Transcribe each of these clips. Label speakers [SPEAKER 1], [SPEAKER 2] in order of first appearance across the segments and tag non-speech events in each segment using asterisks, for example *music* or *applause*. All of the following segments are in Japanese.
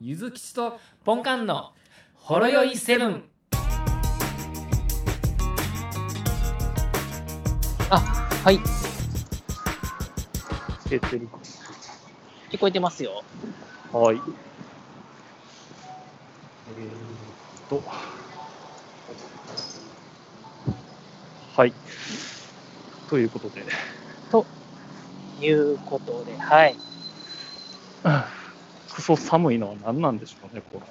[SPEAKER 1] ゆずきちとポンカンのほろよいセブン。
[SPEAKER 2] はい、
[SPEAKER 3] 出てる
[SPEAKER 2] 聞こえてますよ。
[SPEAKER 3] か。はい。えーっと。はい。ということで。
[SPEAKER 2] いうことで、はい。
[SPEAKER 3] クソ寒いのは何なんでしょうね、この。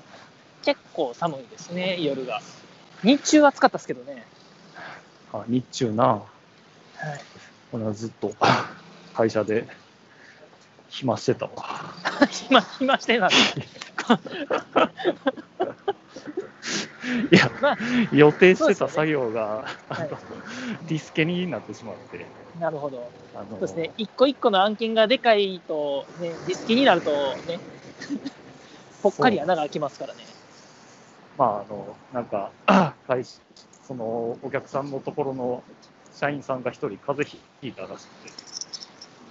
[SPEAKER 2] 結構寒いですね、夜が。日中は暑かったですけどね。 *laughs*
[SPEAKER 3] あ日中な。
[SPEAKER 2] はい。
[SPEAKER 3] これはずっと会社で暇してたわ。
[SPEAKER 2] 暇、暇してなんで。
[SPEAKER 3] いや、
[SPEAKER 2] まあ
[SPEAKER 3] 予定して
[SPEAKER 2] そうですよ
[SPEAKER 3] た
[SPEAKER 2] ね
[SPEAKER 3] 作業が、あ
[SPEAKER 2] は
[SPEAKER 3] の
[SPEAKER 2] い
[SPEAKER 3] ディスケになってしまって。
[SPEAKER 2] なるほど。
[SPEAKER 3] あの
[SPEAKER 2] そうですね。一個一個の案件がでかいと、ね、ディスキになるとね、 *laughs* ぽっかり穴が開きますからね。
[SPEAKER 3] まあ、あの、なんか、 *clears throat* 会社その、お客さんのところの社員さんが一人風邪ひいたらしくて、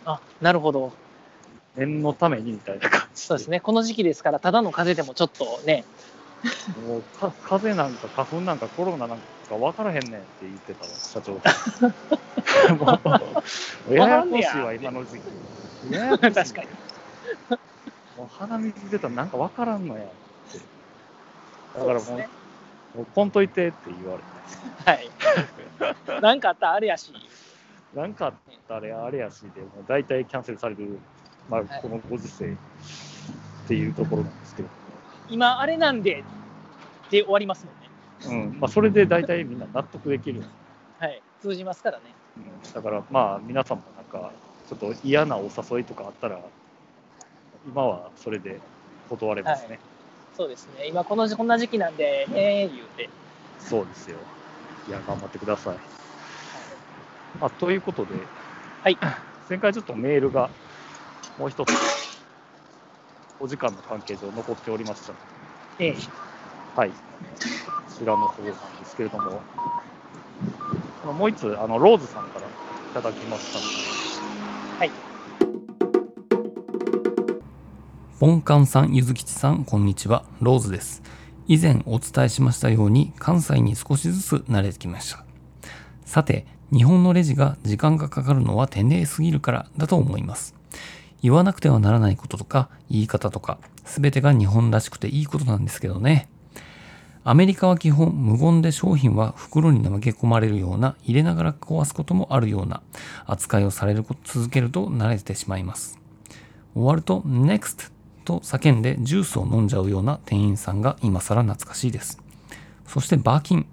[SPEAKER 2] あ、なるほど。
[SPEAKER 3] 念のためにみたいな感じ
[SPEAKER 2] そうですね。この時期ですから、ただの風邪でもちょっとね、
[SPEAKER 3] もうか、風邪なんか花粉なんかコロナなんか分からへんねんって言ってたわ、社
[SPEAKER 2] *laughs*
[SPEAKER 3] 長。もう、ややこしいわ、今の時期。ややこしい。
[SPEAKER 2] *laughs* 確かに。
[SPEAKER 3] もう鼻水出たらなんか分からんのやって。だからもう、
[SPEAKER 2] そうですね
[SPEAKER 3] もうこんといてって言われて。
[SPEAKER 2] はい。 *laughs* なんかあったらあれやし。
[SPEAKER 3] なんかあったらあれやしで、もう大体キャンセルされる、まあ、
[SPEAKER 2] はい
[SPEAKER 3] このご時世っていうところなんですけど、
[SPEAKER 2] 今あれなんでで終わりますもんね。
[SPEAKER 3] うんまあ、それで大体みんな納得できる、
[SPEAKER 2] はい。通じますからね。
[SPEAKER 3] うん、だからまあ皆さんもなんかちょっと嫌なお誘いとかあったら今はそれで断れますね、
[SPEAKER 2] そうですね。今この時こんな時期なんで、ね言うて。
[SPEAKER 3] そうですよいや頑張ってください、まあ、ということで、
[SPEAKER 2] はい、
[SPEAKER 3] 前回ちょっとメールがもう一つお時間の関係上残っておりましたので
[SPEAKER 2] ええ。
[SPEAKER 3] はい、こちらの方なんですけれども、あのもう一つ、あのローズさんからいただきました
[SPEAKER 2] は
[SPEAKER 1] ポンカンさん、ゆずきちさん、こんにちは。ローズです。以前お伝えしましたように、関西に少しずつ慣れてきました。さて、日本のレジが時間がかかるのは丁寧すぎるからだと思います。言わなくてはならないこととか、言い方とか、すべてが日本らしくていいことなんですけどね。アメリカは基本無言で商品は袋に投げ込まれるような、入れながら壊すこともあるような、扱いをされること続けると慣れてしまいます。終わると NEXT と叫んでジュースを飲んじゃうような店員さんが今更懐かしいですそしてバーキン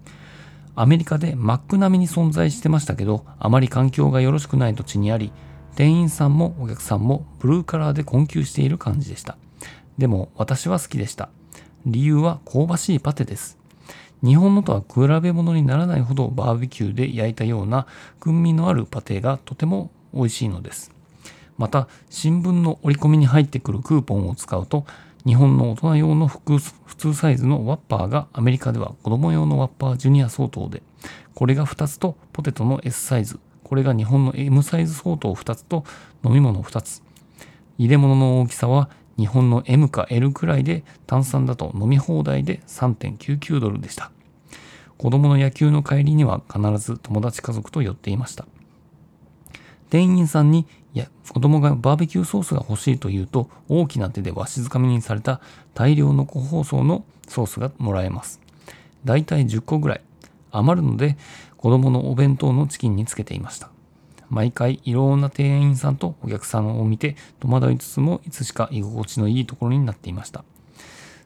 [SPEAKER 1] アメリカでマック並みに存在してましたけどあまり環境がよろしくない土地にあり店員さんもお客さんもブルーカラーで困窮している感じでしたでも私は好きでした理由は香ばしいパテです日本のとは比べ物にならないほどバーベキューで焼いたような軍味のあるパテがとても美味しいのですまた新聞の折り込みに入ってくるクーポンを使うと日本の大人用の複数普通サイズのワッパーがアメリカでは子供用のワッパージュニア相当でこれが2つとポテトの S サイズこれが日本の M サイズ相当2つと飲み物2つ入れ物の大きさは日本の M か L くらいで炭酸だと飲み放題で3.99ドルでした子供の野球の帰りには必ず友達家族と寄っていました店員さんに、いや、子供がバーベキューソースが欲しいと言うと、大きな手でわしづかみにされた大量の個包装のソースがもらえます。だいたい10個ぐらい。余るので、子供のお弁当のチキンにつけていました。毎回いろんな店員さんとお客さんを見て戸惑いつつもいつしか居心地のいいところになっていました。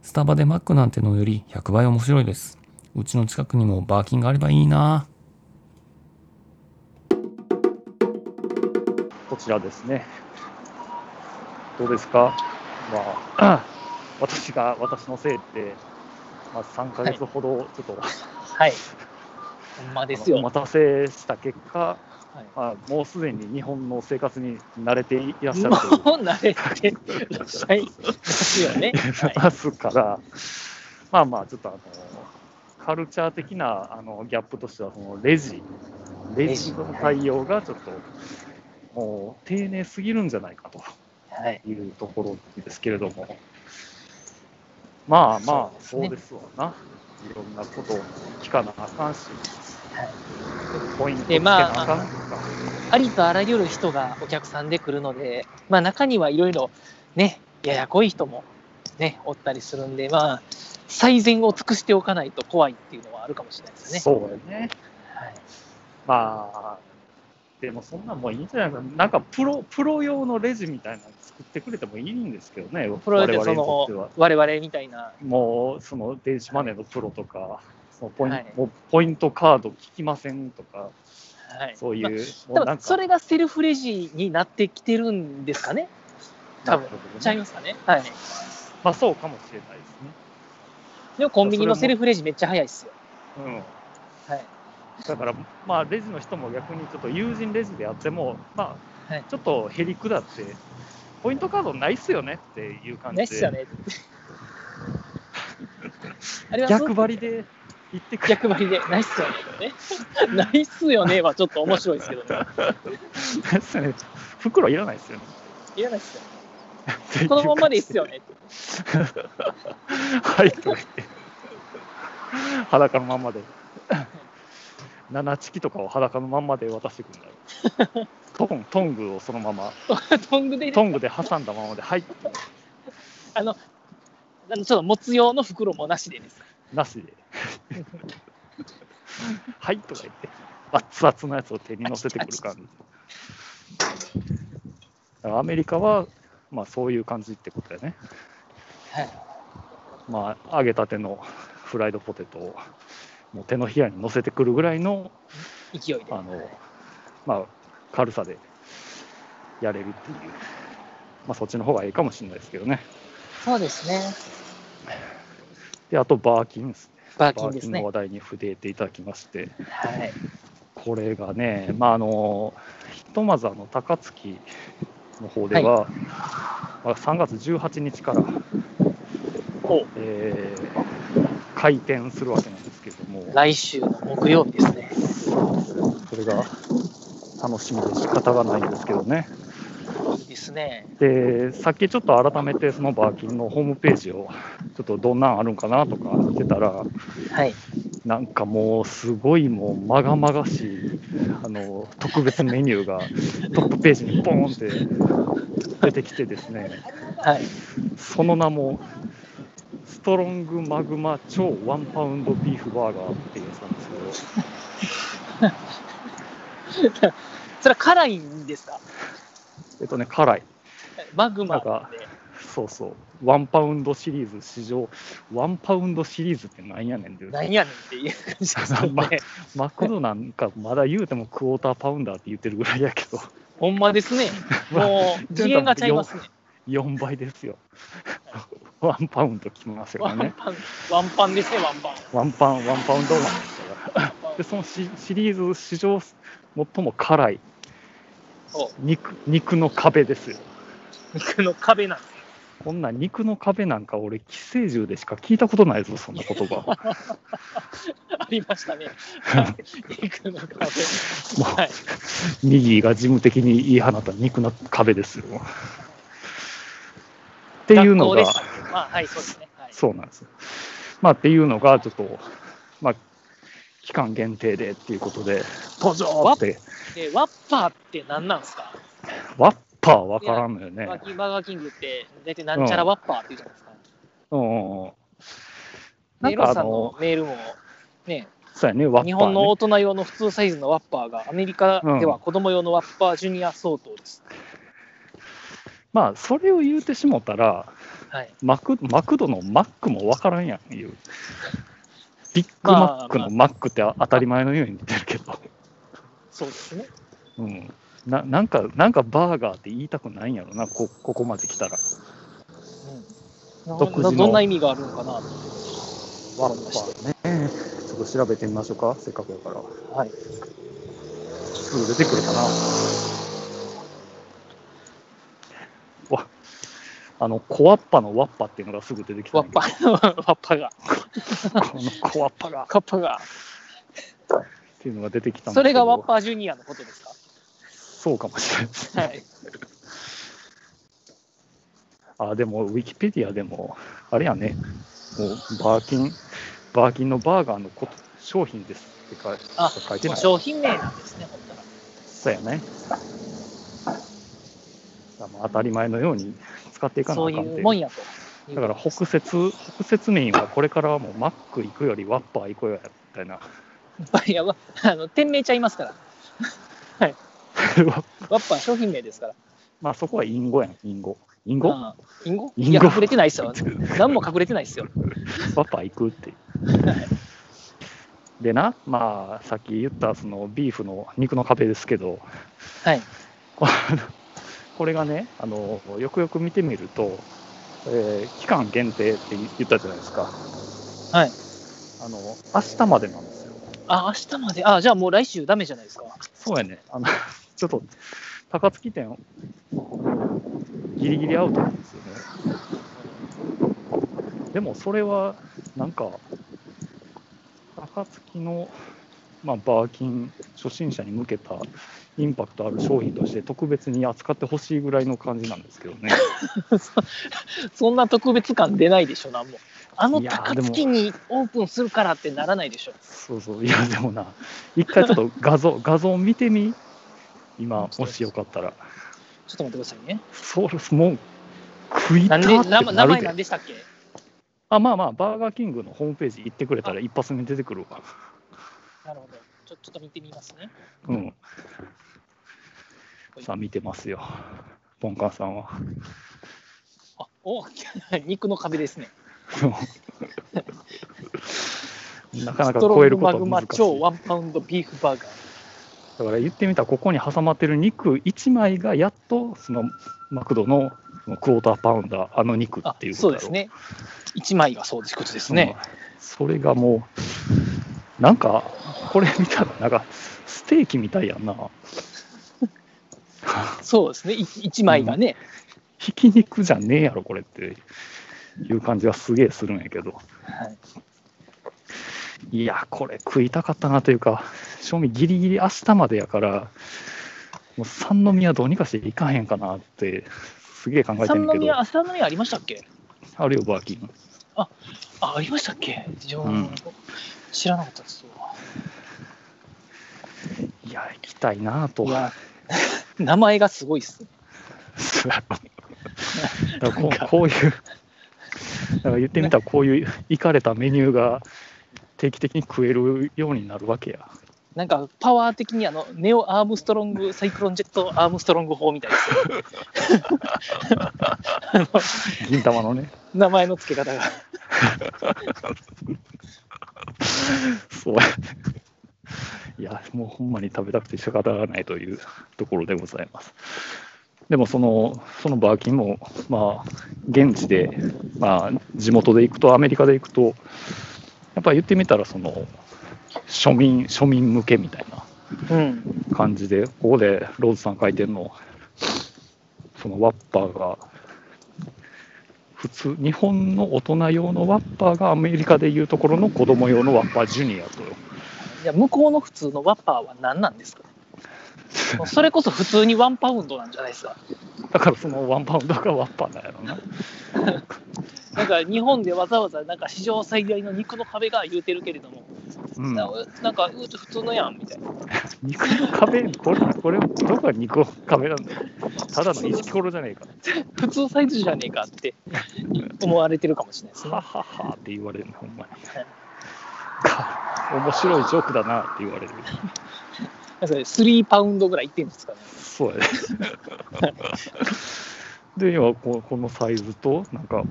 [SPEAKER 1] スタバでマックなんてのより100倍面白いです。うちの近くにもバーキンがあればいいなぁ。
[SPEAKER 3] こちらですね。どうですか、まあ、 *clears throat* 私が私のせいって、まあ、3ヶ月ほどちょっと、
[SPEAKER 2] はい。ほんまです
[SPEAKER 3] お
[SPEAKER 2] よ。
[SPEAKER 3] 待たせした結果、
[SPEAKER 2] はい
[SPEAKER 3] まあ、もうすでに日本の生活に慣れていらっしゃ
[SPEAKER 2] もう
[SPEAKER 3] ると
[SPEAKER 2] *laughs*
[SPEAKER 3] いう
[SPEAKER 2] 慣れてらっしゃいますよね。はい。
[SPEAKER 3] ますから、まあまあ、ちょっとあの、カルチャー的なあのギャップとしては、そのレジ、レジの対応がちょっと、もう丁寧すぎるんじゃないかと
[SPEAKER 2] はい、
[SPEAKER 3] いうところですけれども、まあまあ、
[SPEAKER 2] そう
[SPEAKER 3] そう
[SPEAKER 2] ですね
[SPEAKER 3] ですわな。いろんなことを聞かなあかんし、ポイントつけ
[SPEAKER 2] でまあ
[SPEAKER 3] なあかんとか。
[SPEAKER 2] ありとあらゆる人がお客さんで来るので、まあ、中にはいろいろね、ややこい人もね、おったりするんで、まあ、最善を尽くしておかないと怖いっていうのはあるかもしれないですね。
[SPEAKER 3] そうやね。
[SPEAKER 2] はい、
[SPEAKER 3] まあ、でもそんなんもういいんじゃないかな。なんかプロ、プロ用のレジみたいなの作ってくれてもいいんですけどね、
[SPEAKER 2] プロ
[SPEAKER 3] 我
[SPEAKER 2] で
[SPEAKER 3] 々
[SPEAKER 2] そ
[SPEAKER 3] にとっては
[SPEAKER 2] の。我々みたいな、
[SPEAKER 3] もう、その電子マネーのプロとか、そのポイン
[SPEAKER 2] はい
[SPEAKER 3] もうポイントカード聞きませんとか、
[SPEAKER 2] はい、
[SPEAKER 3] そういう、
[SPEAKER 2] ま
[SPEAKER 3] も
[SPEAKER 2] あ
[SPEAKER 3] う
[SPEAKER 2] 多
[SPEAKER 3] なん
[SPEAKER 2] 分
[SPEAKER 3] か
[SPEAKER 2] それがセルフレジになってきてるんですかね、多分
[SPEAKER 3] なるほどね
[SPEAKER 2] ちゃいますかね、はい、
[SPEAKER 3] まあそうかもしれないですね。
[SPEAKER 2] でもコンビニのセルフレジめっちゃ早いですよ、
[SPEAKER 3] うん、
[SPEAKER 2] はい、
[SPEAKER 3] だから、まあ、レジの人も逆にちょっと友人レジであっても、まあ
[SPEAKER 2] はい
[SPEAKER 3] ちょっとへりくだって、ポイントカードないっすよねっていう感じ
[SPEAKER 2] ない
[SPEAKER 3] で、
[SPEAKER 2] っす
[SPEAKER 3] *laughs*
[SPEAKER 2] よねあれは
[SPEAKER 3] 逆張りで言ってくれ
[SPEAKER 2] 逆張りでないっすよね
[SPEAKER 3] *laughs*
[SPEAKER 2] ないっすよねはちょっと面白いですけどね
[SPEAKER 3] ないっすよね *laughs* 袋いらないっすよね。
[SPEAKER 2] いらないっすよこのままでいいっすよね
[SPEAKER 3] はいとか言って、裸のまんまで、 *laughs* 七チキとかを裸のまんまで渡してくるんだよ。
[SPEAKER 2] *laughs*
[SPEAKER 3] トントングをそのまま、
[SPEAKER 2] トングで
[SPEAKER 3] トングで挟んだままで、はい、
[SPEAKER 2] あのあのちょっと持つ用の袋もなしでです
[SPEAKER 3] なしで。 *laughs* はいとか言って、熱々のやつを手に乗せてくる感じ。だからアメリカは、まあそういう感じってことだよね。
[SPEAKER 2] はい
[SPEAKER 3] まあ、揚げたてのフライドポテトを、もう手のひらに乗せてくるぐらいの、
[SPEAKER 2] 勢いで
[SPEAKER 3] あの、まあ、軽さでやれるっていう。まあそっちの方がいいかもしれないですけどね。
[SPEAKER 2] そうですね
[SPEAKER 3] で、あとバーキンですね。
[SPEAKER 2] バーキ
[SPEAKER 3] バ
[SPEAKER 2] ン
[SPEAKER 3] ー
[SPEAKER 2] で
[SPEAKER 3] キ
[SPEAKER 2] す
[SPEAKER 3] ンの
[SPEAKER 2] ね
[SPEAKER 3] 話題に触れていただきまして。
[SPEAKER 2] はい
[SPEAKER 3] これがね、まあ、あのひとまずあの高槻の方では、まあ3月18日から、
[SPEAKER 2] お
[SPEAKER 3] えー開店するわけなんですけれども、
[SPEAKER 2] 来週の木曜日ですね
[SPEAKER 3] それが楽しみで仕方がないんですけどね。
[SPEAKER 2] いいですね
[SPEAKER 3] で、さっきちょっと改めて、そのバーキンのホームページを、ちょっとどんなんあるんかなとか見てたら、
[SPEAKER 2] はい
[SPEAKER 3] なんかもう、すごいもう、まがまがしい、あの、特別メニューが、トップページにボーンって出てきてですね、
[SPEAKER 2] はい
[SPEAKER 3] その名も、ストロングマグマ超ワンパウンドビーフバーガーっていうやつなんですけど、
[SPEAKER 2] それは辛いんですか
[SPEAKER 3] えっとね、辛い。
[SPEAKER 2] マグマなんで
[SPEAKER 3] そうそう。ワンパウンドシリーズ史上、ワンパウンドシリーズってなんやねんっていう。
[SPEAKER 2] なんやねんっていう感じですよ
[SPEAKER 3] *laughs* まあ
[SPEAKER 2] ね。
[SPEAKER 3] マクドなんかまだ言うてもクォーターパウンダーって言ってるぐらいやけど、 *laughs*
[SPEAKER 2] ほんまですね。
[SPEAKER 3] まあ
[SPEAKER 2] もう次元がちゃいますね。
[SPEAKER 3] 4倍ですよ。 *laughs* ワンパウンドきますよ
[SPEAKER 2] ワン *laughs*
[SPEAKER 3] ね。
[SPEAKER 2] パン、ワンパンですね、ワンパン。
[SPEAKER 3] ワンパン、ワンパウンドなんですから。
[SPEAKER 2] ワンパ
[SPEAKER 3] で、
[SPEAKER 2] ン
[SPEAKER 3] そのシシリーズ史上最も辛い
[SPEAKER 2] お
[SPEAKER 3] 肉肉の壁ですよ。
[SPEAKER 2] 肉の壁なんです。
[SPEAKER 3] こんな肉の壁なんか俺、寄生獣でしか聞いたことないぞ、そんな言葉。も
[SPEAKER 2] ありましたね。肉の壁。は
[SPEAKER 3] う
[SPEAKER 2] い。
[SPEAKER 3] ミギーが事務的に言い放った肉の壁
[SPEAKER 2] *laughs*
[SPEAKER 3] ですよ。っていうの
[SPEAKER 2] 学校で
[SPEAKER 3] が
[SPEAKER 2] し、たっけまあ、はい、そうですね。はい。
[SPEAKER 3] そうなんですよ。まあ、っていうのが、ちょっと、まあ、期間限定でっていうことで、ポジョーって、
[SPEAKER 2] で、ワッパーって何なんですか
[SPEAKER 3] ワッパーわからんのよね。
[SPEAKER 2] バーキンバーガーキングって、大体なんちゃらワッパーって言うじゃないですか。
[SPEAKER 3] うんうんうん。な
[SPEAKER 2] メ
[SPEAKER 3] ん
[SPEAKER 2] イロ
[SPEAKER 3] かあ
[SPEAKER 2] さんの
[SPEAKER 3] の、
[SPEAKER 2] メールも、ね、
[SPEAKER 3] そうやね、ワッパー、ね。
[SPEAKER 2] 日本の大人用の普通サイズのワッパーが、アメリカでは子供用のワッパージュニア相当です。
[SPEAKER 3] まあ、それを言うてしもたら、
[SPEAKER 2] はい。
[SPEAKER 3] マクマクドのマックもわからんやんいう。ビッグマックのマックってあ当たり前のように言ってるけど、
[SPEAKER 2] そうですね。
[SPEAKER 3] うん、ななんか、なんかバーガーって言いたくないんやろな、こここまで来たら。
[SPEAKER 2] うん、
[SPEAKER 3] 独自の
[SPEAKER 2] などんな意味があるのかなと
[SPEAKER 3] ワッ
[SPEAKER 2] ワッ
[SPEAKER 3] パ
[SPEAKER 2] パ
[SPEAKER 3] ー
[SPEAKER 2] ー
[SPEAKER 3] ね。ちょっと調べてみましょうか、せっかくやから。
[SPEAKER 2] はい。
[SPEAKER 3] すぐ出てくるかな。わあの、コワッパのワッパっていうのがすぐ出てきた
[SPEAKER 2] ワ
[SPEAKER 3] んや
[SPEAKER 2] ッ
[SPEAKER 3] けど。
[SPEAKER 2] パ、 *laughs* ワッパが、
[SPEAKER 3] このコワッパがっ
[SPEAKER 2] カッパが、
[SPEAKER 3] ていうのが出てきたんだ
[SPEAKER 2] そ
[SPEAKER 3] けど
[SPEAKER 2] れがワッパージュニアのことです
[SPEAKER 3] そうかもしれない。
[SPEAKER 2] かはい。
[SPEAKER 3] あ、でも、ウィキペディアでも、あれやね、もう、バーキン、バーキンのバーガーのこと商品ですって書い
[SPEAKER 2] あ
[SPEAKER 3] 書いてない。そ
[SPEAKER 2] 商品名なんですね、ほんな
[SPEAKER 3] う
[SPEAKER 2] ら。
[SPEAKER 3] やね。あの当たり前のように使っていかなあ
[SPEAKER 2] そ
[SPEAKER 3] かっ
[SPEAKER 2] うんい
[SPEAKER 3] ていう
[SPEAKER 2] うもんやと。
[SPEAKER 3] だから北節、北節民はこれからはもうマック行くよりワッパー行こうよみたいな。 *laughs*
[SPEAKER 2] いや、わあの店名ちゃいますから。ワッパー商品名ですから。
[SPEAKER 3] まあそこは隠語やん、隠語。隠語
[SPEAKER 2] あー隠語
[SPEAKER 3] 隠
[SPEAKER 2] いや、
[SPEAKER 3] 語
[SPEAKER 2] 隠れてないですよ。何も隠れてないですよ。
[SPEAKER 3] ワッパー行くって。でな、まあさっき言ったそのビーフの肉の壁ですけど、
[SPEAKER 2] はい。
[SPEAKER 3] このこれがねあの、よくよく見てみると、えー期間限定って言ったじゃないですか。
[SPEAKER 2] はい。
[SPEAKER 3] あの、明日までなんですよ。
[SPEAKER 2] あ、明日まで。あ、じゃあもう来週ダメじゃないですか。
[SPEAKER 3] そうやね。あの、 *laughs* ちょっと、高槻店、ギリギリアウトなんですよね。でも、それは、なんか、高槻の、まあ、バーキン初心者に向けたインパクトある商品として特別に扱ってほしいぐらいの感じなんですけどね。
[SPEAKER 2] そんな特別感出ないでしょ、なんも。あの
[SPEAKER 3] いやー
[SPEAKER 2] 高
[SPEAKER 3] でも
[SPEAKER 2] 槻にオープンするからってならないでしょ。
[SPEAKER 3] そうそう。いや、でもな、一回ちょっと画像、画像見てみ今、もしよかったら。
[SPEAKER 2] ちょっと待ってくださいね。
[SPEAKER 3] そうです。もう、食いた
[SPEAKER 2] なん
[SPEAKER 3] っ
[SPEAKER 2] で
[SPEAKER 3] てなるで
[SPEAKER 2] 名前名前何でしたっけ
[SPEAKER 3] あ、まあまあ、バーガーキングのホームページ行ってくれたら一発目出てくるわ。
[SPEAKER 2] なるほど。ちょちょっと見てみますね。
[SPEAKER 3] うん。さあ、見てますよ。ポンカンさんは。
[SPEAKER 2] あ、お *laughs* 肉の壁ですね。
[SPEAKER 3] なかなか超えるこ
[SPEAKER 2] ス
[SPEAKER 3] と
[SPEAKER 2] トロングマ
[SPEAKER 3] 難
[SPEAKER 2] グ
[SPEAKER 3] し
[SPEAKER 2] マ
[SPEAKER 3] い。
[SPEAKER 2] 超ワンパウンドビーフバーガー。
[SPEAKER 3] だから言ってみたら、ここに挟まってる肉1枚がやっと、その、マクドのそのクォーターパウンダー、あの肉
[SPEAKER 2] あ
[SPEAKER 3] っていうこ
[SPEAKER 2] そ
[SPEAKER 3] と
[SPEAKER 2] う
[SPEAKER 3] だろ
[SPEAKER 2] です。ね。一枚がそうですことですね。
[SPEAKER 3] うんそれがもう、なんか、これ見たら、なんか、ステーキみたいやんな。
[SPEAKER 2] そうですね。い一枚がね。
[SPEAKER 3] ひき肉じゃねえやろ、これっていう感じはすげえするんやけど、
[SPEAKER 2] はい。
[SPEAKER 3] いや、これ食いたかったなというか、賞味ギリギリ明日までやから、もう三宮どうにかしていかへんかなって、すげえ考えて
[SPEAKER 2] 三
[SPEAKER 3] んねんけど
[SPEAKER 2] 宮、、あ三宮ありましたっけ
[SPEAKER 3] あるよ、バーキン。
[SPEAKER 2] あ、ありましたっけじゃあ
[SPEAKER 3] うん
[SPEAKER 2] 知らなかったですわ。
[SPEAKER 3] いや、行きたいなと。
[SPEAKER 2] いや、 *laughs* 名前がすごいっす。
[SPEAKER 3] そうやろだからこ
[SPEAKER 2] なんか
[SPEAKER 3] うこういう、だから言ってみたら、こういういかれたメニューが定期的に食えるようになるわけや。
[SPEAKER 2] なんかパワー的にあのネオ・アームストロング・サイクロンジェット・アームストロング法みたいですよあの
[SPEAKER 3] 銀玉のね。
[SPEAKER 2] 名前の付け方が。
[SPEAKER 3] そう。 *laughs* いや、もうほんまに食べたくて仕方がないというところでございます。でもその、そのバーキンも、まあ、現地で、まあ、地元で行くと、アメリカで行くと、やっぱり言ってみたら、その、庶民、庶民向けみたいな
[SPEAKER 2] うん。
[SPEAKER 3] 感じで、ここでローズさん書いてるの、そのワッパーが、普通、日本の大人用のワッパーがアメリカでいうところの子供用のワッパージュニアと。
[SPEAKER 2] いや、向こうの普通のワッパーは何なん
[SPEAKER 3] *laughs*
[SPEAKER 2] ですかねそれこそ普通にワンパウンドなんじゃないですか。
[SPEAKER 3] だからそのワンパウンドがワッパーなんやろな。
[SPEAKER 2] なんか日本でわざわざなんか史上最大の肉の壁が言うてるけれども、
[SPEAKER 3] うん
[SPEAKER 2] ななんかう普通のやんみたいな。
[SPEAKER 3] 肉の壁、これ、これ、どこが肉の壁なんだよただの石ころじゃねえか。
[SPEAKER 2] 普通サイズじゃねえかって思われてるかもしれないですね。
[SPEAKER 3] はははって言われるね、ほんまに。か面白いジョークだなって言われる。
[SPEAKER 2] なんか3パウンドぐらいいってるんですかね。
[SPEAKER 3] そうや *laughs* ね。で、今こ、このサイズと、なんか、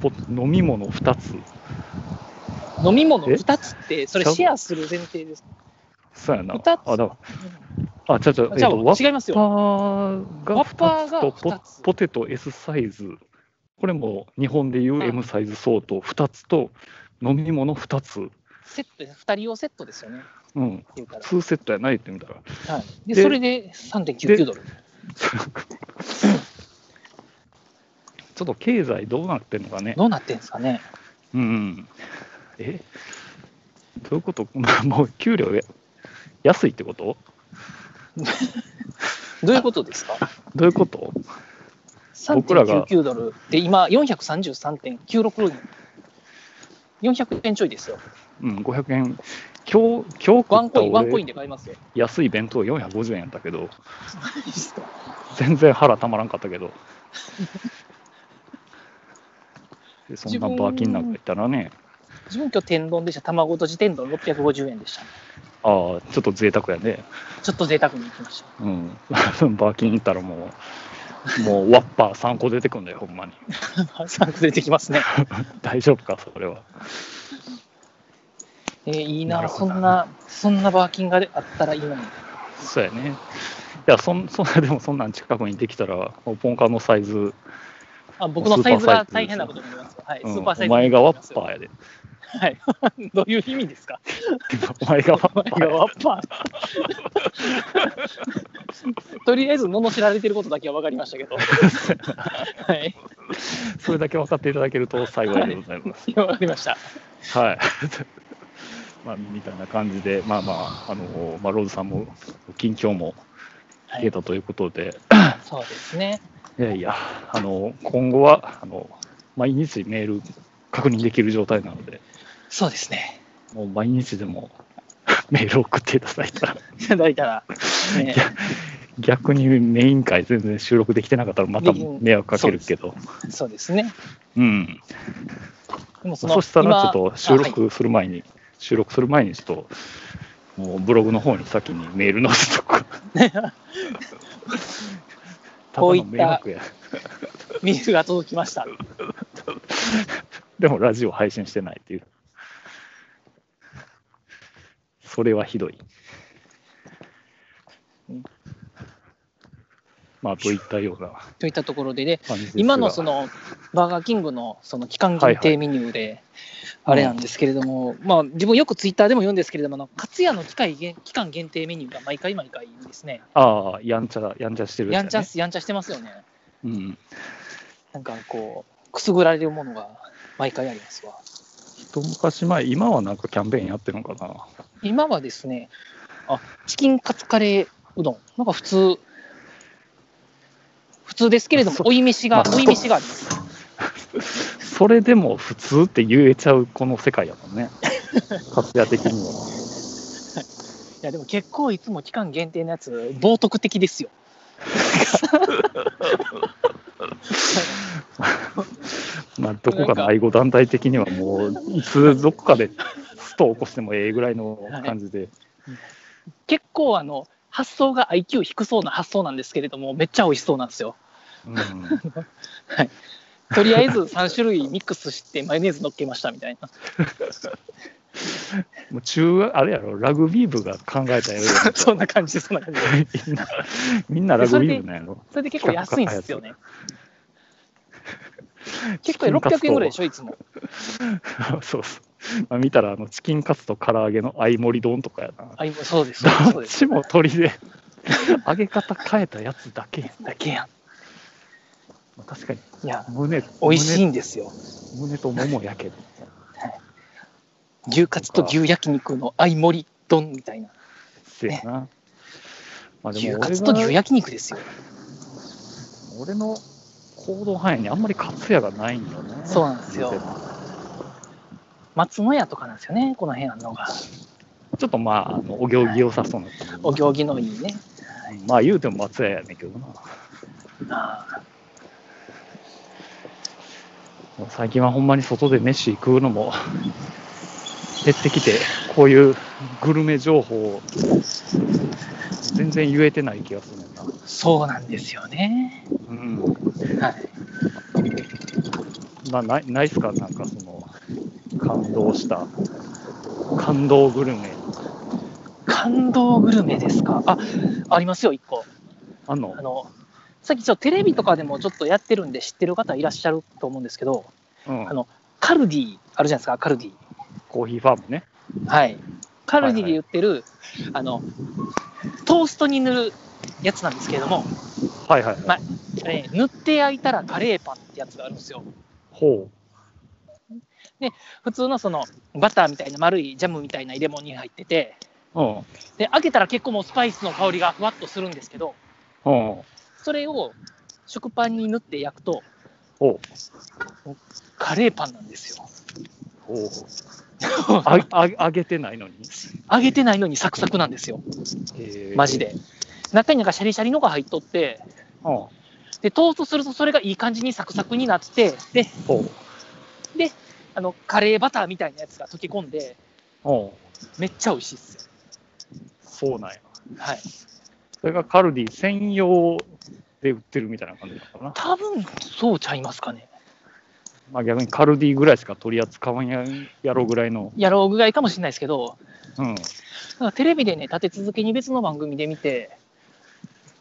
[SPEAKER 3] ポ飲み物2つ。
[SPEAKER 2] 飲み物
[SPEAKER 3] え
[SPEAKER 2] 2つって、それシェアする前提です。
[SPEAKER 3] そうやな。
[SPEAKER 2] 二つ
[SPEAKER 3] あ、だからあ、ちゃうちゃう、えっ
[SPEAKER 2] じゃあ、
[SPEAKER 3] と、ワッ
[SPEAKER 2] 違います
[SPEAKER 3] ワ
[SPEAKER 2] よ。
[SPEAKER 3] ッパーが
[SPEAKER 2] ワッパーが
[SPEAKER 3] 2つと
[SPEAKER 2] 二
[SPEAKER 3] ポ
[SPEAKER 2] つ
[SPEAKER 3] ポテト S サイズ、これも日本でいう M サイズ相当2つと飲み物2つ、
[SPEAKER 2] セット、2人用セットですよね。
[SPEAKER 3] うん、
[SPEAKER 2] 言うから。
[SPEAKER 3] 2セットやないってみたら、
[SPEAKER 2] はい、で
[SPEAKER 3] で
[SPEAKER 2] それで3.99
[SPEAKER 3] で
[SPEAKER 2] ドル。
[SPEAKER 3] ちょっと経済どうなってんのかね。
[SPEAKER 2] どうなってんですかね。
[SPEAKER 3] うん、えどういうこと *laughs* まあもう給料や安いってこと
[SPEAKER 2] どういうことですか
[SPEAKER 3] どういうこと僕らが
[SPEAKER 2] 3.99ドルで、今、433.96円。400円ちょいですよ。
[SPEAKER 3] うん、500円、今日、今日
[SPEAKER 2] ワンコイン、ワンコイン
[SPEAKER 3] ン
[SPEAKER 2] で買えますよ。
[SPEAKER 3] 安い弁当450円やったけど、
[SPEAKER 2] マジっすか
[SPEAKER 3] 全然腹たまらんかったけ
[SPEAKER 2] *laughs*
[SPEAKER 3] ど。でそんな
[SPEAKER 2] 自分
[SPEAKER 3] バーキンなんか行ったらね、
[SPEAKER 2] 自分今日天丼でした。卵とじ天丼650円でした。
[SPEAKER 3] ああ、ちょっと贅沢やね。
[SPEAKER 2] ちょっと贅沢に行きました。
[SPEAKER 3] うん、 *laughs* バーキン行ったらもう、もうワッパー3個出てくんだよ、ほんまに。
[SPEAKER 2] *laughs* サンク出てきますね。
[SPEAKER 3] 大丈夫か、それは。
[SPEAKER 2] えーいい
[SPEAKER 3] な
[SPEAKER 2] な、
[SPEAKER 3] る
[SPEAKER 2] そ
[SPEAKER 3] ほど
[SPEAKER 2] んな、そんなバーキンがあったらいいのに。
[SPEAKER 3] そうやね。いや、そん、そ *laughs* んな、でもそんなん近くにできたら、もうポンカのサイズ、
[SPEAKER 2] あ僕の
[SPEAKER 3] スーパー
[SPEAKER 2] サイズ
[SPEAKER 3] サ
[SPEAKER 2] が
[SPEAKER 3] イズ
[SPEAKER 2] 大変なことになりますよ。はい、ス
[SPEAKER 3] うん
[SPEAKER 2] ーパーサイズ。
[SPEAKER 3] お前がワッパー
[SPEAKER 2] *laughs*
[SPEAKER 3] やで。
[SPEAKER 2] ー。はい。どういう *laughs* 意味ですか
[SPEAKER 3] お前がワッパ
[SPEAKER 2] お
[SPEAKER 3] ー
[SPEAKER 2] 前
[SPEAKER 3] や
[SPEAKER 2] がワッパー。 *laughs* とりあえず、罵られてることだけは分かりまし
[SPEAKER 3] *laughs*
[SPEAKER 2] たけど。はい。
[SPEAKER 3] それだけ分かっていただけると幸いでございます。
[SPEAKER 2] 分かりました。
[SPEAKER 3] はい。 *laughs* まあ、みたいな感じで、まあまあ、あの、まあ、ローズさんも、近況も
[SPEAKER 2] は
[SPEAKER 3] 聞け
[SPEAKER 2] い、
[SPEAKER 3] たということで、
[SPEAKER 2] そうですね。
[SPEAKER 3] い、やいや、あの、今後は、あの、毎日メール確認できる状態なので、
[SPEAKER 2] そうですね。
[SPEAKER 3] もう毎日でも *laughs* メール送っていただいたら、
[SPEAKER 2] いただいたら、ね、
[SPEAKER 3] 逆にメイン会全然収録できてなかったら、また
[SPEAKER 2] できん
[SPEAKER 3] 迷惑かけるけど、
[SPEAKER 2] そうですね。
[SPEAKER 3] うん。
[SPEAKER 2] でもその
[SPEAKER 3] そしたら、
[SPEAKER 2] 今
[SPEAKER 3] ちょっと収
[SPEAKER 2] あはい
[SPEAKER 3] 録する前に、収録する前に、ちょっと、もうブログの方に先にメール載せと
[SPEAKER 2] *laughs*
[SPEAKER 3] く。た
[SPEAKER 2] こ
[SPEAKER 3] だ
[SPEAKER 2] ういっ
[SPEAKER 3] の
[SPEAKER 2] た
[SPEAKER 3] 迷惑や。
[SPEAKER 2] メールが届きました。
[SPEAKER 3] でもラジオ配信してないっていう。それはひどい
[SPEAKER 2] うん。
[SPEAKER 3] まあ、といったような
[SPEAKER 2] といったところでね、
[SPEAKER 3] 感じですが
[SPEAKER 2] 今のそ、のバーガーキングのその期間限定メニューで、あれなんですけれども、まあ、自分よくツイッターでも言うんですけれども、あのかつやの期間限期間限定メニューが毎回毎回ですね、
[SPEAKER 3] ああ、やんちゃ、やんちゃしてる
[SPEAKER 2] や
[SPEAKER 3] つ
[SPEAKER 2] んちゃっすやんちゃしてますよね。
[SPEAKER 3] うん。
[SPEAKER 2] なんかこう、くすぐられるものが毎回ありますわ。
[SPEAKER 3] 一昔前、今はなんかキャンペーンやってるのかな。
[SPEAKER 2] 今はですね、あチキンカツカレーうどん、なんか普通、普通ですけれども
[SPEAKER 3] そ、
[SPEAKER 2] 追い飯が、
[SPEAKER 3] まあ
[SPEAKER 2] 追い飯があります。
[SPEAKER 3] それでも普通って言えちゃうこの世界やもんね。活躍的にも。
[SPEAKER 2] いやでも結構いつも期間限定のやつ冒涜的ですよ。
[SPEAKER 3] まあ、どこかの愛護団体的にはもう、いつどこかでストを起こしてもええぐらいの感じで。
[SPEAKER 2] 結構あの発想が IQ 低そうな発想なんですけれどもめっちゃ美味しそうなんですよ。
[SPEAKER 3] うん
[SPEAKER 2] とりあえず3種類ミックスしてマヨネーズ乗っけましたみたいな。
[SPEAKER 3] もう中、あれやろ、ラグビー部が考えたやつやろ。
[SPEAKER 2] *laughs* そんな感じそんな感じ。
[SPEAKER 3] みんな、 *laughs* みんなラグビー部なんやろ。
[SPEAKER 2] それで結構安いんです
[SPEAKER 3] *laughs*
[SPEAKER 2] よね。結構600円ぐらいでしょいつも。
[SPEAKER 3] *laughs* そうそう。まあ、見たら、あの、チキンカツと唐揚げの相盛り丼とかやな。
[SPEAKER 2] あ今そうですそ
[SPEAKER 3] ど
[SPEAKER 2] う
[SPEAKER 3] っ
[SPEAKER 2] です。
[SPEAKER 3] ちも鳥で、揚げ方変えたやつだけやん。
[SPEAKER 2] だけや
[SPEAKER 3] まあ確かに、
[SPEAKER 2] ん。いや
[SPEAKER 3] 胸、
[SPEAKER 2] 美味しい
[SPEAKER 3] い
[SPEAKER 2] んですよ。
[SPEAKER 3] 胸とももやけど。
[SPEAKER 2] 牛カツと牛焼肉の相盛り丼みたいな。
[SPEAKER 3] せやな。まあで
[SPEAKER 2] 牛
[SPEAKER 3] も
[SPEAKER 2] カ
[SPEAKER 3] 俺
[SPEAKER 2] ツと牛
[SPEAKER 3] が、
[SPEAKER 2] 焼肉ですよ。
[SPEAKER 3] 俺の行動範囲にあんまりカツ屋がないんよね。
[SPEAKER 2] そうなんですよ
[SPEAKER 3] で
[SPEAKER 2] 松の屋とかなんですよねこの辺あんのが。
[SPEAKER 3] ちょっとまあ、あのお行儀良さそうな。
[SPEAKER 2] お行儀のいいね。
[SPEAKER 3] まあ言うても松屋やねんけどな。
[SPEAKER 2] ああ
[SPEAKER 3] もう最近はほんまに外で飯食うのも減ってきて、こういうグルメ情報を全然言えてない気がするねんな。
[SPEAKER 2] そうなんですよね。
[SPEAKER 3] うん。
[SPEAKER 2] はい。
[SPEAKER 3] まあ、ないないっすかなんかその、感動した、感動グルメ。
[SPEAKER 2] 感動グルメですか。あ、ありますよ、一個。
[SPEAKER 3] あんの
[SPEAKER 2] あの、さっきちょっとテレビとかでもちょっとやってるんで知ってる方いらっしゃると思うんですけど、
[SPEAKER 3] うん
[SPEAKER 2] あ。の、カルディ、あるじゃないですか、カルディ。
[SPEAKER 3] コーヒーファームね。
[SPEAKER 2] はい。カルディで売ってる、あの、トーストに塗るやつなんですけれども、
[SPEAKER 3] はいはい。
[SPEAKER 2] まえー塗って焼いたらカレーパンってやつがあるんですよ。
[SPEAKER 3] ほ
[SPEAKER 2] 普通のその、バターみたいな丸いジャムみたいな入れ物に入ってて、
[SPEAKER 3] う。うん。
[SPEAKER 2] で、開けたら結構もうスパイスの香りがふわっとするんですけど、
[SPEAKER 3] うん。
[SPEAKER 2] それを食パンに塗って焼くと、
[SPEAKER 3] おう
[SPEAKER 2] カレーパンなんですよ。
[SPEAKER 3] おうああ揚げてないのに、
[SPEAKER 2] 揚げてないのにサクサクなんですよ。マジ。で。中になんかシャリシャリのが入っとって、
[SPEAKER 3] うん、お
[SPEAKER 2] で、トーストするとそれがいい感じにサクサクになって、で、
[SPEAKER 3] う
[SPEAKER 2] あの、カレーバターみたいなやつが溶け込んで、
[SPEAKER 3] おう
[SPEAKER 2] めっちゃ美味しいっす
[SPEAKER 3] そうなんや。
[SPEAKER 2] よ。はい。
[SPEAKER 3] それがカルディ専用で売ってるみたいな感じなのかな。
[SPEAKER 2] 多分、そうちゃいますかね。
[SPEAKER 3] まあ、逆にカルディぐらいしか取り扱わんややろうぐらいの。
[SPEAKER 2] やろうぐらいかもしれないですけど、
[SPEAKER 3] うん。
[SPEAKER 2] なんかテレビでね、立て続けに別の番組で見て、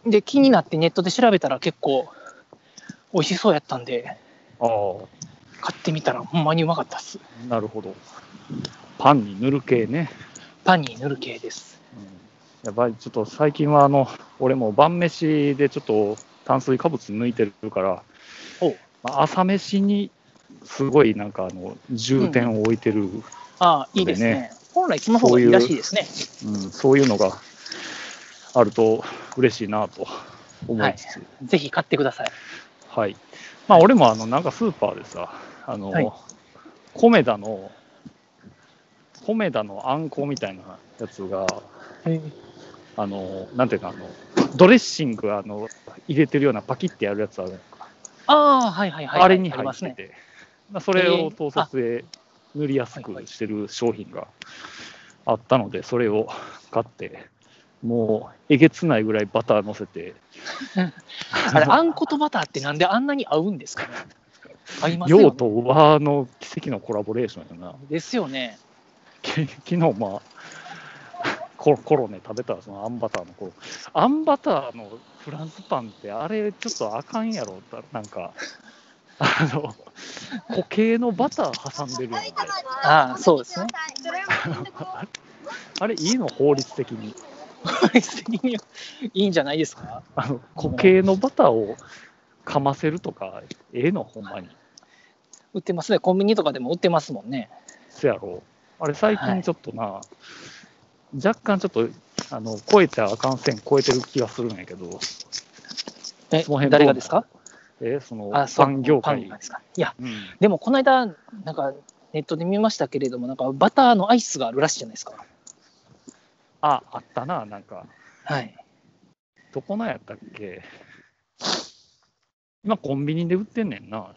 [SPEAKER 2] で、気になってネットで調べたら結構、美味しそうやったんで、
[SPEAKER 3] ああ、
[SPEAKER 2] 買ってみたらほんまにうまかったっす。
[SPEAKER 3] なるほど。パンに塗る系ね。
[SPEAKER 2] パンに塗る系です。
[SPEAKER 3] うんやばい、ちょっと最近はあの、俺も晩飯でちょっと炭水化物抜いてるから、
[SPEAKER 2] おう
[SPEAKER 3] まあ、朝飯にすごいなんかあの重点を置いてる、うん
[SPEAKER 2] ああ、いいですね。本来その方がいいらしいですね。
[SPEAKER 3] そういうのがあると嬉しいなと思いつつ、
[SPEAKER 2] ぜひ買ってください。
[SPEAKER 3] はい。まあ、俺もあの、なんかスーパーでさ、あの、
[SPEAKER 2] はい
[SPEAKER 3] コメダの、コメダのあんこみたいなやつが、あの、なんていうか、あの、ドレッシング、あの、入れてるようなパキってやるやつあるやんか
[SPEAKER 2] ああ、はいはいはい。
[SPEAKER 3] あれに
[SPEAKER 2] あり
[SPEAKER 3] 入
[SPEAKER 2] ま
[SPEAKER 3] っ
[SPEAKER 2] す
[SPEAKER 3] て
[SPEAKER 2] ね。
[SPEAKER 3] て、まあそれ
[SPEAKER 2] え
[SPEAKER 3] を
[SPEAKER 2] ー
[SPEAKER 3] 盗撮で塗りやすくしてる商品があったので、それを買って、もうえげつないぐらいバター乗せて、
[SPEAKER 2] あれ、あんことバターってなんであんなに合うんですかね。合いますよ、ね。
[SPEAKER 3] 用と和の奇跡のコラボレーションやな。
[SPEAKER 2] ですよね。
[SPEAKER 3] き昨日まあココロネ食べたらそのあんバターのコロあんバターのフランスパンってあれちょっとあかんやろなんかあの固形のバター挟んでるやんあれ
[SPEAKER 2] ああ、そうですね。
[SPEAKER 3] あれいいの法律的に
[SPEAKER 2] 法律的にいいんじゃないですか。
[SPEAKER 3] あの固形のバターをかませるとかええのほんまに
[SPEAKER 2] 売ってますね。コンビニとかでも売ってますもんね。
[SPEAKER 3] そやろあれ最近ちょっとな、若干ちょっとあの超えちゃあかん線超えてる気がするんやけど
[SPEAKER 2] え
[SPEAKER 3] その辺どうなの
[SPEAKER 2] 誰がですか
[SPEAKER 3] えその
[SPEAKER 2] あ
[SPEAKER 3] パン業
[SPEAKER 2] パン
[SPEAKER 3] 界
[SPEAKER 2] がですか。いや、
[SPEAKER 3] うん
[SPEAKER 2] でもこの間、なんかネットで見ましたけれども、なんかバターのアイスがあるらしいじゃないですか。
[SPEAKER 3] あ、あったな、なんか、
[SPEAKER 2] はい。
[SPEAKER 3] どこなんやったっけ。今、コンビニで売ってんねんな。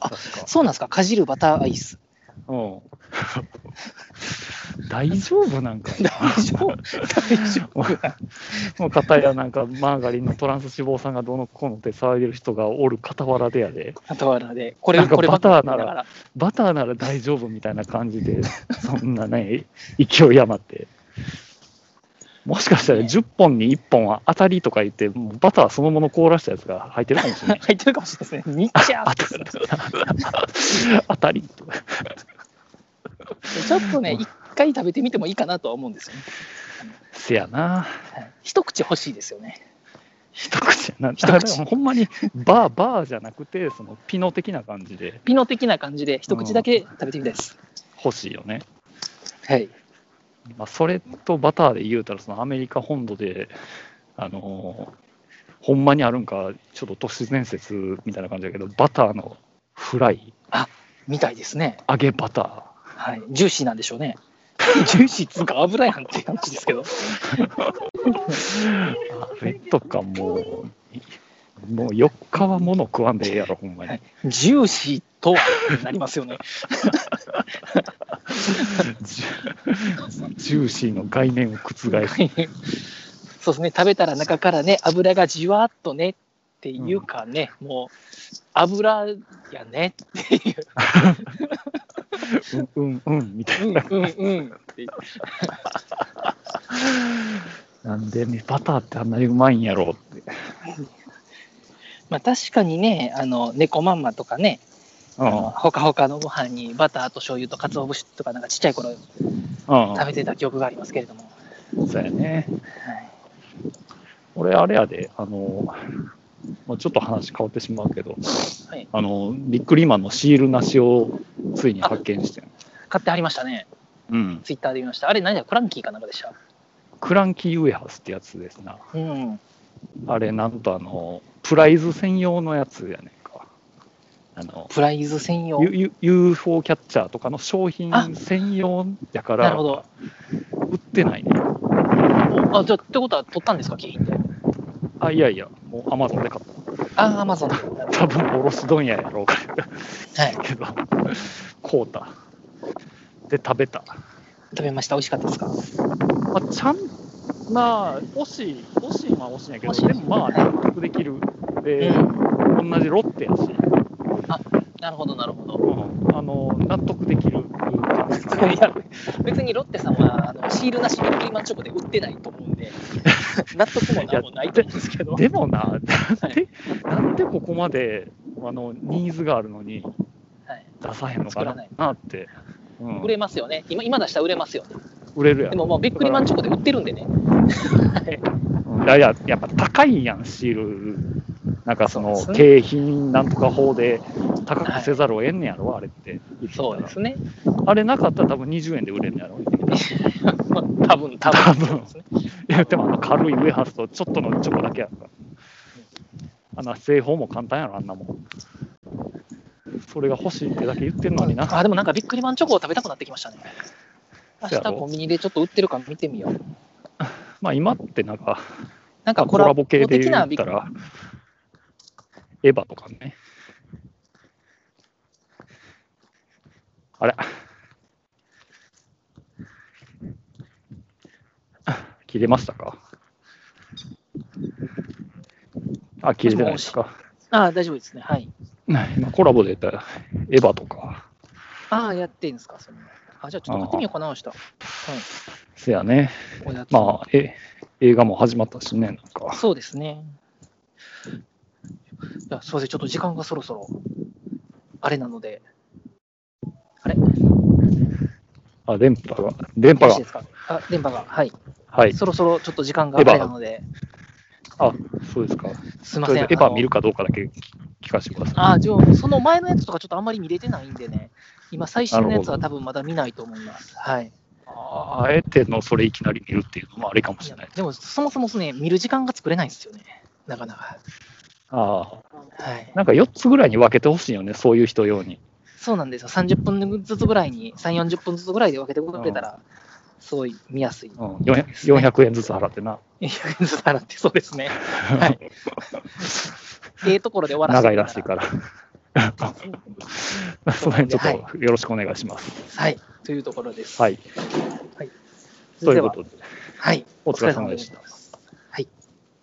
[SPEAKER 2] あ
[SPEAKER 3] 確か。
[SPEAKER 2] そうなんですか。かじるバターアイス。
[SPEAKER 3] うん。 *laughs* 大丈夫なんかな。
[SPEAKER 2] 大丈夫大丈夫
[SPEAKER 3] *laughs* もう片やなんか、マーガリンのトランス脂肪酸がどうのこうのって騒いでる人がおる傍らでやで、
[SPEAKER 2] 傍らで、これ、
[SPEAKER 3] なんか
[SPEAKER 2] これ
[SPEAKER 3] バターなら
[SPEAKER 2] バだから
[SPEAKER 3] バターなら大丈夫みたいな感じで、そんなね、勢い余って。もしかしたら10本に1本は当たりとか言って、もうバターそのもの凍らしたやつが入ってるかもしれない。
[SPEAKER 2] 入ってるかもしれないですね。にっちゃー
[SPEAKER 3] あ
[SPEAKER 2] って
[SPEAKER 3] た *laughs* 当たりとか。
[SPEAKER 2] ちょっとね、一回食べてみてもいいかなとは思うんですよね。
[SPEAKER 3] せやな。
[SPEAKER 2] はい一口欲しいですよね。
[SPEAKER 3] 一口やな。
[SPEAKER 2] 一口
[SPEAKER 3] あほんまにバー、バーじゃなくて、そのピノ的な感じで
[SPEAKER 2] ピノ的な感じで、一口だけ食べてみたいです。
[SPEAKER 3] 欲しいよね。
[SPEAKER 2] はい。
[SPEAKER 3] まあ、それとバターで言うたら、そのアメリカ本土で、あのーほんまにあるんか、ちょっと都市伝説みたいな感じだけど、バターのフライ、
[SPEAKER 2] みたいですね。
[SPEAKER 3] 揚げバタ
[SPEAKER 2] はい。ジューシーなんでしょ
[SPEAKER 3] *laughs*
[SPEAKER 2] うね。ジューシーっつうか油やんっていう話ですけど。
[SPEAKER 3] ー。あれとかもう、もう4日は物食わんでええやろ、ほんまに。
[SPEAKER 2] ジューシーとはなりますよね。 *laughs*
[SPEAKER 3] ジュジューシーの概念を覆す。
[SPEAKER 2] そうですね。食べたら中からね、油がじわっとね、っていうかね、もう、油やねっていう。
[SPEAKER 3] うんうんうんみたい
[SPEAKER 2] うんうん
[SPEAKER 3] *laughs*
[SPEAKER 2] うんって。
[SPEAKER 3] な。なんで、ね、バターってあんなにうまいんやろうって。
[SPEAKER 2] まあ確かにね、あの、猫まんまとかね、
[SPEAKER 3] うん
[SPEAKER 2] あのほかほかのご飯にバターと醤油と鰹節とかなんかちっちゃい頃食べてた記憶がありますけれども。
[SPEAKER 3] うん。そうやね。
[SPEAKER 2] はい
[SPEAKER 3] 俺、あれやで、あの、まあ、ちょっと話変わってしまうけど、
[SPEAKER 2] はい
[SPEAKER 3] あの、ビックリマンのシールなしをついに発見してん
[SPEAKER 2] 買ってありましたね。
[SPEAKER 3] うん。
[SPEAKER 2] ツイッターで見ました。あれ何だクランキーかなんかでした。
[SPEAKER 3] クランキーウエハースってやつですな。
[SPEAKER 2] うん。
[SPEAKER 3] あれ、なんとあの、プライズ専用のやつやねんか。あの、
[SPEAKER 2] プライズ専用。
[SPEAKER 3] U- U- UFO キャッチャーとかの商品
[SPEAKER 2] あ
[SPEAKER 3] 専用やか
[SPEAKER 2] な
[SPEAKER 3] ら
[SPEAKER 2] るほど。
[SPEAKER 3] 売ってないね。
[SPEAKER 2] おあ、じゃあ、ってことは取ったんですか、景品で。
[SPEAKER 3] あ、いやいや、もうアマゾンで買った。
[SPEAKER 2] あ、アマゾン。
[SPEAKER 3] 多分卸問屋やろうから
[SPEAKER 2] はい。
[SPEAKER 3] けど、買うた。で、食べた。
[SPEAKER 2] 食べました。美味しかったですか。
[SPEAKER 3] まあ、ちゃん、まあ、惜しい、惜しいは惜しいんやけど、
[SPEAKER 2] 惜しい
[SPEAKER 3] でもまあ、納得できる。で、
[SPEAKER 2] うん。
[SPEAKER 3] 同じロッテやし、
[SPEAKER 2] なるほど、なるほど。
[SPEAKER 3] うんあの、納得できる感じかな。
[SPEAKER 2] いや別にロッテさんはあのシールなしビックリマンチョコで売ってないと思うん *laughs* で、納得もなんもないと思うんですけど、
[SPEAKER 3] でもな、なん
[SPEAKER 2] はい
[SPEAKER 3] で、なんでここまで、あの、ニーズがあるのに、
[SPEAKER 2] はい、
[SPEAKER 3] 出さへんのか
[SPEAKER 2] 作ら
[SPEAKER 3] な
[SPEAKER 2] ない
[SPEAKER 3] なって、うん
[SPEAKER 2] 売れますよね今、今出したら売れますよね。
[SPEAKER 3] 売れるやん
[SPEAKER 2] でももうビックリマンチョコで売ってるんでね、
[SPEAKER 3] うんいやいや、やっぱ高いやん、シール。なんかその
[SPEAKER 2] そうで
[SPEAKER 3] 景
[SPEAKER 2] す
[SPEAKER 3] 品なんとか法で高くせざるを得んねやろ、あれって。
[SPEAKER 2] そうですね、
[SPEAKER 3] あれなかったら多分20円で売れんねやろ。
[SPEAKER 2] まあ多分多
[SPEAKER 3] 多分
[SPEAKER 2] 分そうですね
[SPEAKER 3] いや、でもあの軽いウエハースとちょっとのチョコだけやから。あの製法も簡単やろ、あんなもん。それが欲しいってだけ言ってるのにな。
[SPEAKER 2] あでもなんかビックリマンチョコを食べたくなってきましたね。明
[SPEAKER 3] そうや
[SPEAKER 2] 日
[SPEAKER 3] ろ
[SPEAKER 2] コンビニでちょっと売ってるか見てみよう。
[SPEAKER 3] まあ今ってなんか
[SPEAKER 2] なんか
[SPEAKER 3] コ
[SPEAKER 2] コ
[SPEAKER 3] ラ
[SPEAKER 2] ラ
[SPEAKER 3] ボ
[SPEAKER 2] ボ
[SPEAKER 3] 系で
[SPEAKER 2] 的
[SPEAKER 3] 言
[SPEAKER 2] な
[SPEAKER 3] っ
[SPEAKER 2] ビッ
[SPEAKER 3] た
[SPEAKER 2] クリ
[SPEAKER 3] ら、エヴァとかね。あれ切れましたかあ、切れてないですか。
[SPEAKER 2] あ大丈夫ですね。はい。
[SPEAKER 3] 今コラボで言ったら、エヴァとか。
[SPEAKER 2] ああ、やってんですか、それあじゃあちょっと買ってみようかな、明日。
[SPEAKER 3] せやね。
[SPEAKER 2] おやつ
[SPEAKER 3] まあ、え映画も始まったしね、なんか。
[SPEAKER 2] そうですね。いやすいません、ちょっと時間がそろそろ、あれなので、あれ、よ
[SPEAKER 3] あ、電波が。電波
[SPEAKER 2] ろし
[SPEAKER 3] が
[SPEAKER 2] いで。すかあ電波が、はい、
[SPEAKER 3] はい。
[SPEAKER 2] そろそろちょっと時間があ
[SPEAKER 3] エヴァ
[SPEAKER 2] れなので、
[SPEAKER 3] あ、そうですか。
[SPEAKER 2] すみま
[SPEAKER 3] とり
[SPEAKER 2] せ
[SPEAKER 3] あ
[SPEAKER 2] ん。
[SPEAKER 3] えずエヴ
[SPEAKER 2] あ
[SPEAKER 3] ァ
[SPEAKER 2] の
[SPEAKER 3] 見るかどうかだけ聞聞かせてください。
[SPEAKER 2] あ、じゃあ、その前のやつとかちょっとあんまり見れてないんでね、今、最新のやつは
[SPEAKER 3] な
[SPEAKER 2] 多分まだ見ないと思います。はい。
[SPEAKER 3] ああえてのそれいきなり見るっていうのもあれかも
[SPEAKER 2] い
[SPEAKER 3] しれ
[SPEAKER 2] や
[SPEAKER 3] ない。
[SPEAKER 2] でも、そもそもね、見る時間が作れないんですよね、なかなか。
[SPEAKER 3] ああ
[SPEAKER 2] はい。
[SPEAKER 3] なんか4つぐらいに分けてほしいよね、そういう人用に。
[SPEAKER 2] そうなんですよ。30分ずつぐらいに、3、40分ずつぐらいで分けてくれたら、すごい見やすい。
[SPEAKER 3] うん、400, 400円ずつ払ってな。
[SPEAKER 2] 100円ずつ払って、そうです
[SPEAKER 3] *laughs*
[SPEAKER 2] ね。はい。ええところで終わらせ
[SPEAKER 3] 長
[SPEAKER 2] て
[SPEAKER 3] いらしい *laughs* から。その辺ちょっとよろしくお願いします。
[SPEAKER 2] はい。というところです。
[SPEAKER 3] はい。
[SPEAKER 2] そ
[SPEAKER 3] と
[SPEAKER 2] れ
[SPEAKER 3] い
[SPEAKER 2] で
[SPEAKER 3] う
[SPEAKER 2] は。
[SPEAKER 3] ことで、
[SPEAKER 2] はい。
[SPEAKER 3] お疲れ様でした
[SPEAKER 2] お疲れ様。す。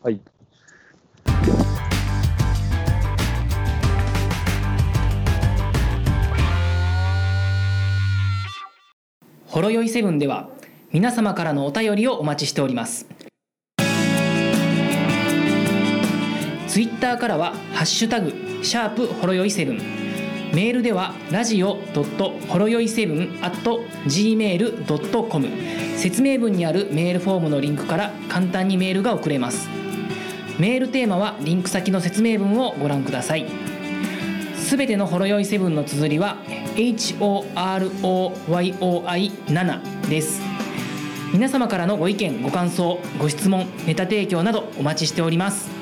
[SPEAKER 3] はい。
[SPEAKER 4] ほろよいセブンでは皆様からのお便りをお待ちしておりますツイッターからは「ハッシュタグシャープほろよいセブン」メールではラジオドットほろよいセブン at gmail.com 説明文にあるメールフォームのリンクから簡単にメールが送れますメールテーマはリンク先の説明文をご覧くださいすべてのほろ酔いセブンの綴りは HOROYOI7 です皆様からのご意見ご感想ご質問ネタ提供などお待ちしております